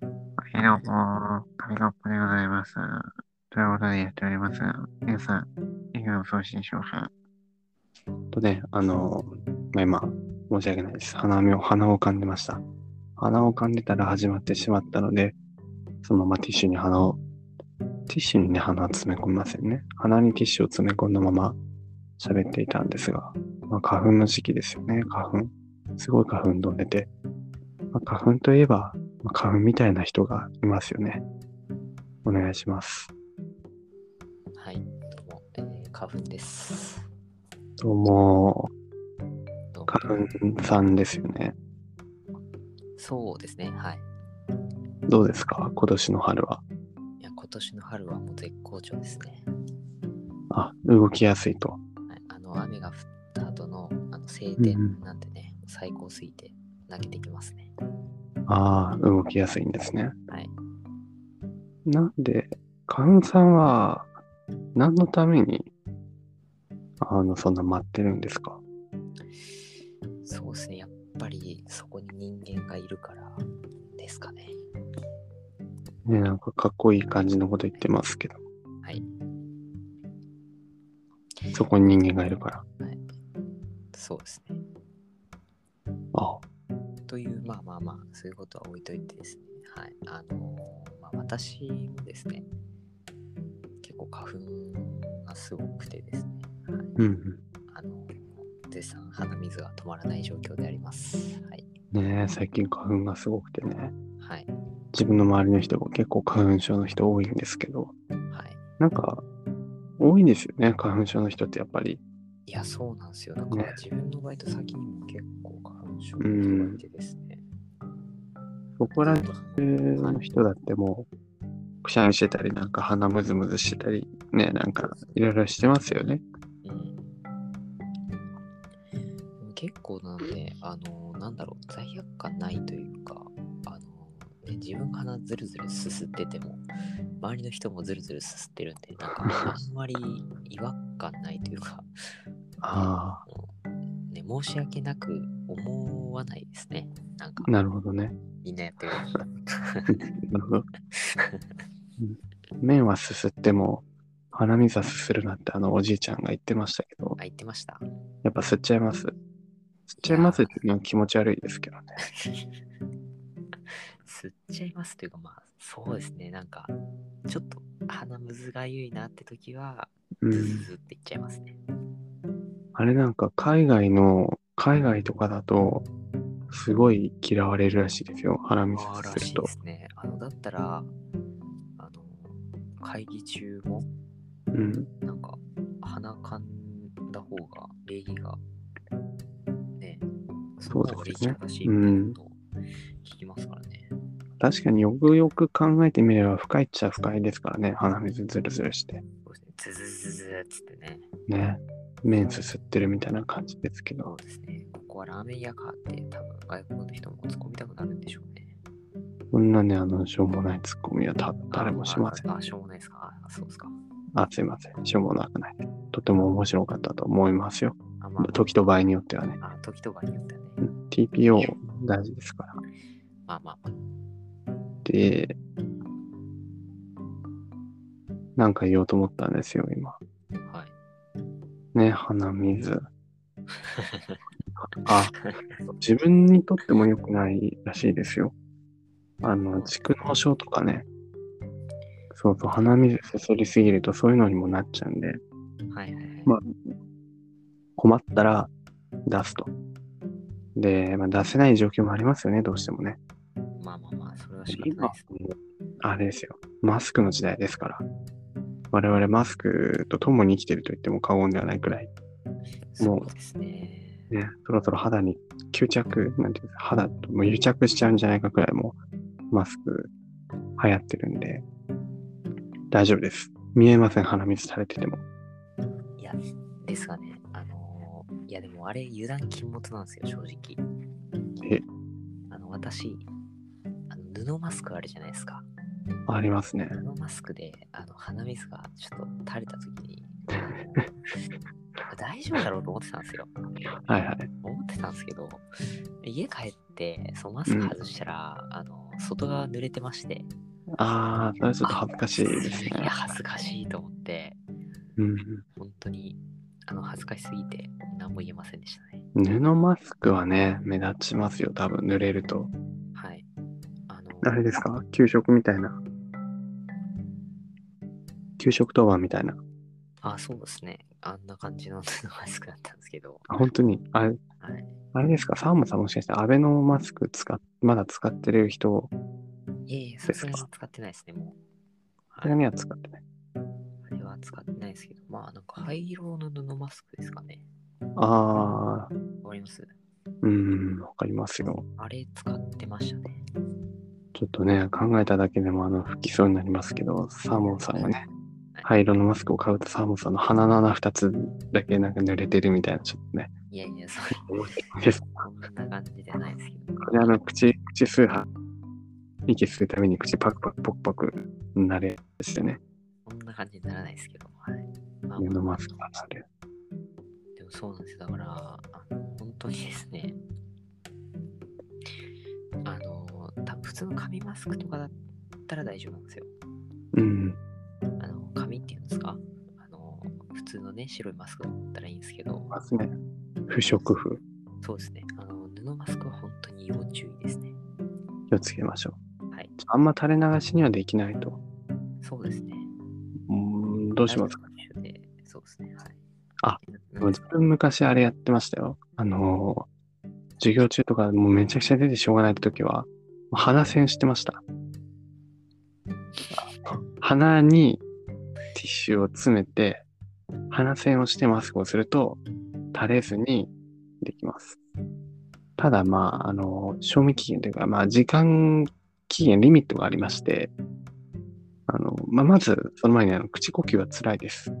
どうも、紙コップでございます。ということでやっております。皆さん、いかがお過ごしでしょうかとね、あの、まあ、今、申し訳ないです。鼻を、鼻を噛んでました。鼻を噛んでたら始まってしまったので、そのままティッシュに鼻を、ティッシュにね、鼻は詰め込みませんね。鼻にティッシュを詰め込んだまま喋っていたんですが、まあ、花粉の時期ですよね、花粉。すごい花粉飛んでて、まあ、花粉といえば、まあ花粉みたいな人がいますよね。お願いします。はい、どうも、えー、花粉です。どうも、どうも花粉さんですよね。そうですね、はい。どうですか今年の春は。いや、今年の春はもう絶好調ですね。あ、動きやすいと。はい、あの、雨が降った後のあの晴うんうん天なんてね、最高すぎて投げてきますね。ああ、動きやすいんですね。はい。なんで、花粉さんは、何のために、あの、そんな待ってるんですかそうですね、やっぱりそこに人間がいるからですかね。ね、なんかかっこいい感じのこと言ってますけど。はい。そこに人間がいるから。そうですね。あという、まあまあまあ、そういうことは置いといてですね。はい。あのーまあ、私もですね、結構花粉がすごくてですね。はいうんあの、絶賛鼻水が止まらない状況であります。はい。うん。ねえ、最近花粉がすごくてね。はい。自分の周りの人も結構花粉症の人多いんですけど、はい。なんか、多いんですよね、花粉症の人ってやっぱり。いや、そうなんですよ。だからね自分のバイト先にも結構花粉症の人がいてですね。そこら中の人だってもう、くしゃみしてたり、なんか鼻むずむずしてたり、ね、なんかいろいろしてますよね。うん。でも結構なんで、あの、なんだろう、罪悪感ないというか、あの、ね、自分が鼻ずるずるすすってても、周りの人もずるずるすすってるんで、なんかあんまり違和感ないというか、あね、申し訳なく思わないですね。なんかあ、、なるほどね。みんなやってる。なるほ ど。麺はすすっても、鼻水はすするなってあのおじいちゃんが言ってましたけど、あ、言ってました。やっぱ吸っちゃいます。吸っちゃいますっていうのは気持ち悪いですけどね。吸っちゃいますというか、まあ、そうですね。なんか、ちょっと鼻むずがゆいなって時は、うズズん。ズって言っちゃいますね。あれなんか海外の、海外とかだと、すごい嫌われるらしいですよ。鼻水ああ、すらしすいるとで。すね。あの、だったら、あの、会議中も、うん。なんか、鼻かんだ方が、礼儀が、ね、そうですねの方が礼儀正しいみたいなことを聞きますからね。確かによくよく考えてみれば深いっちゃ深いですからね鼻水ずるずるしてそうですね。ズズズズっつってね。ね麺すすってるみたいな感じですけそどうですね。ここはラーメン屋かって、多分外国の人も突っ込みたくなるんでしょうね。そんなねあのしょうもないツッコミはた誰もしませんあ、あしょうもないですか。あ、そうですか。あすいませんしょうもなくないとても面白かったと思いますよあ、まあ、時と場合によってはねあ、時とかによってはね。うん TPO 大事ですからまあまあまでなんか言おうと思ったんですよ今あ。はい。ね鼻水あ自分にとっても良くないらしいですよ。あの、蓄膿症とかね。そうそう、鼻水すすりすぎるとそういうのにもなっちゃうんで、はいはいはい。まあ困ったら出すと。で、まあ、出せない状況もありますよね、どうしてもね。まあまあまあ、それは仕方な今いですね。、あれですよ。マスクの時代ですから。我々マスクと共に生きてると言っても過言ではないくらい、もそううですね。ね、そろそろ肌に吸着、なんていうんですか、肌ともう癒着しちゃうんじゃないかくらいもうマスク流行ってるんで、大丈夫です。見えません、鼻水垂れてても。いや、ですがね、あのーいやでもあれ、油断禁物なんですよ、正直。え、あの、私、あの布マスクあるじゃないですか。ありますね。布マスクで、あの、鼻水がちょっと垂れた時に、あのー大丈夫だろうと思ってたんですよ。はいはい。思ってたんですけど家帰ってそのマスク外したら、あの外側濡れてましてああ、それはちょっと恥ずかしいですいや、ね。恥ずかしいと思って、うん。本当に、あの、恥ずかしすぎて、何も言えませんでしたね。布マスクはね、目立ちますよ、多分濡れると。はい。あの、あれですか給食みたいな。給食当番みたいな。あ、そうですね。あんな感じの マスクだったんですけど、あ本当に、あれ、はい。あれですかサーモンさんもしかしてアベノマスク使っ、まだ使ってる人、いえいえ、さすがに使ってないですね、もう。あれには使ってない。あれは使ってないですけど、まあ、なんか灰色の布マスクですかね。ああ、わかりますうん、わかりますよ。あれ使ってましたね。ちょっとね、考えただけでもあの、吹きそうになりますけど、サーモンさんがね、灰色のマスクを買うとサーモンさんの鼻の穴2つだけなんか濡れてるみたいな、ちょっとね、いやいや、それ、思いです。こんな感じじゃないですけど。であの、口、口数波、息するために口パクパクポクパクなれしてね、こんな感じにならないですけど、はい。まあ布マスクがなる。でもそうなんですよ。だから、あの本当にですね、あの、た普通の紙マスクとかだったら大丈夫なんですよ。うん、あの、紙っていうんですかあの、普通のね、白いマスクだったらいいんですけど、ますね。不織布、そうですね。あの、布マスクは本当に要注意ですね。気をつけましょう。はい。あんま垂れ流しにはできないと。そうですね。うーん、どうしますかラジオの一緒でそうですね。はい。あうでん、も自分昔あれやってましたよ。あのー授業中とかもうめちゃくちゃ出てしょうがない時は、鼻栓してました。鼻にティッシュを詰めて、鼻栓をしてマスクをすると、垂れずにできます。ただ、まあ、あのー賞味期限というか、まあ、時間期限、リミットがありまして、あの、まあ、まず、その前にあの口呼吸は辛いです。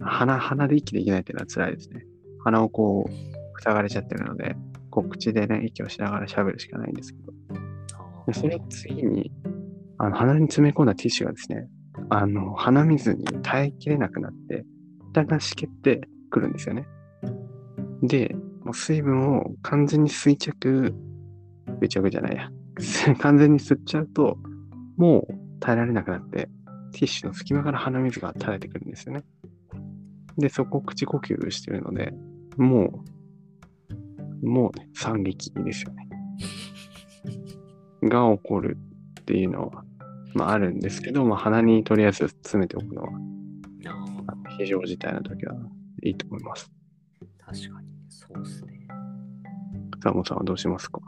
鼻、鼻で息できないっていうのは辛いですね。鼻をこう、塞がれちゃってるので、こう口でね、息をしながら喋るしかないんですけど。あでーそれを次に、あの鼻に詰め込んだティッシュがですね、あの、鼻水に耐えきれなくなって、だんだんしけってくるんですよね。で、もう水分を完全に吸着、吸着じゃないや、 完全に吸っちゃうと、もう耐えられなくなって、ティッシュの隙間から鼻水が垂れてくるんですよね。で、そこを口呼吸してるので、もう、もうね、惨劇ですよね。が起こるっていうのは、まああるんですけど、まあ鼻にとりあえず詰めておくのは、あーあの非常事態の時はいいと思います。確かに、そうですね。サモさんはどうしますか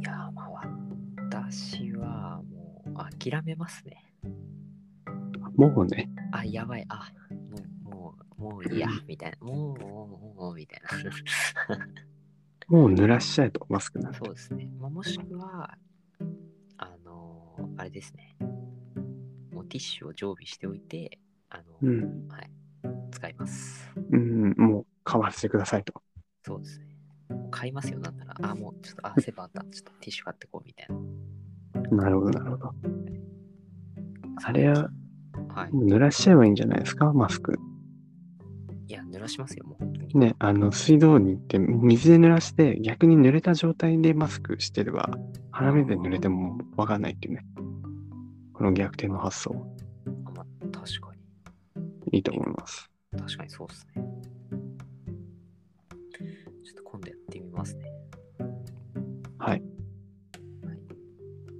いやー、まあ、私はもう諦めますね。もうね、あ、やばい、あ、もう、もう、もうい いや、みたいな。もう、もう、もう、もう、みたいもう濡らしちゃえとマスクなんな。て。 そうですね。まあ、もしくは、あのー、あれですね。もうティッシュを常備しておいて、あのうー、ん、はい、使います。うん、もうかわしてくださいと。そうですね。もう買いますよ、なんなら。あ、もう、ちょっと、あ、セバあった。ちょっとティッシュ買ってこう、みたいな。なるほど、なるほど。あれは、はい。もう濡らしちゃえばいいんじゃないですか、マスク。いや、濡らしますよ、もう本当に。ね、あの、水道に行って、水で濡らして、逆に濡れた状態でマスクしてれば、鼻水で濡れてもわかんないっていうね。この逆転の発想、あまあ、確かに。いいと思います。確かにそうですね。ちょっと今度やってみますね。はい。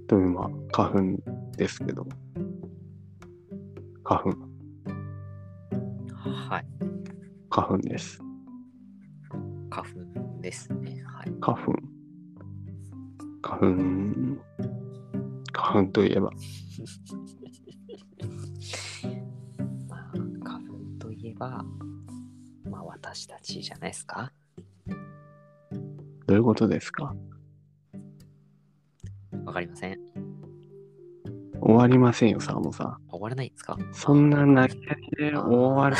という、まあ、花粉ですけど。花粉、はい。花粉です。花粉ですね。はい。花粉。花粉。花粉といえば、まあ、花粉といえば、まあ、私たちじゃないですか。どういうことですかわかりません。終わりませんよ、サーモンさあ終わらないんですかん。そんな泣きやりで終わるよ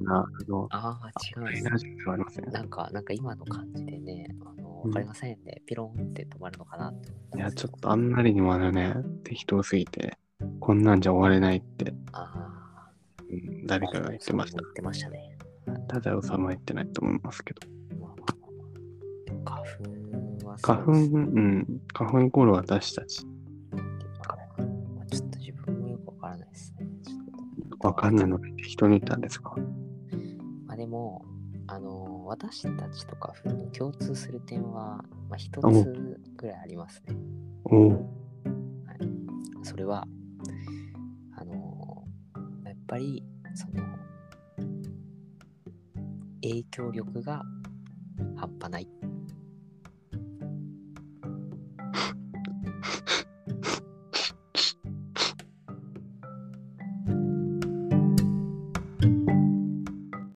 うな、あの、ああ、違うんですねラジオではありません。なんか、なんか今の感じでね、あの、うんわかりませんね、ピロンって止まるのかなって思ったいんでや、すけちどょっとあんまりにもあのね、適当すぎて、こんなんじゃ終われないって、あうんー誰かが言ってました言。ってましたね。ただ、おさんは言ってないと思いますけど。まあまあまあまあ。花粉は花粉、うん。花粉イコール私たち。そうですねまあちょっからないですね。ちょっとわかんないので適当に言ったんですかまあでも、あの私たちとかフルの共通する点は、まあ、一あもうつぐらいありますね。おお。それは、あのやっぱり、その、影響力が半端ないっ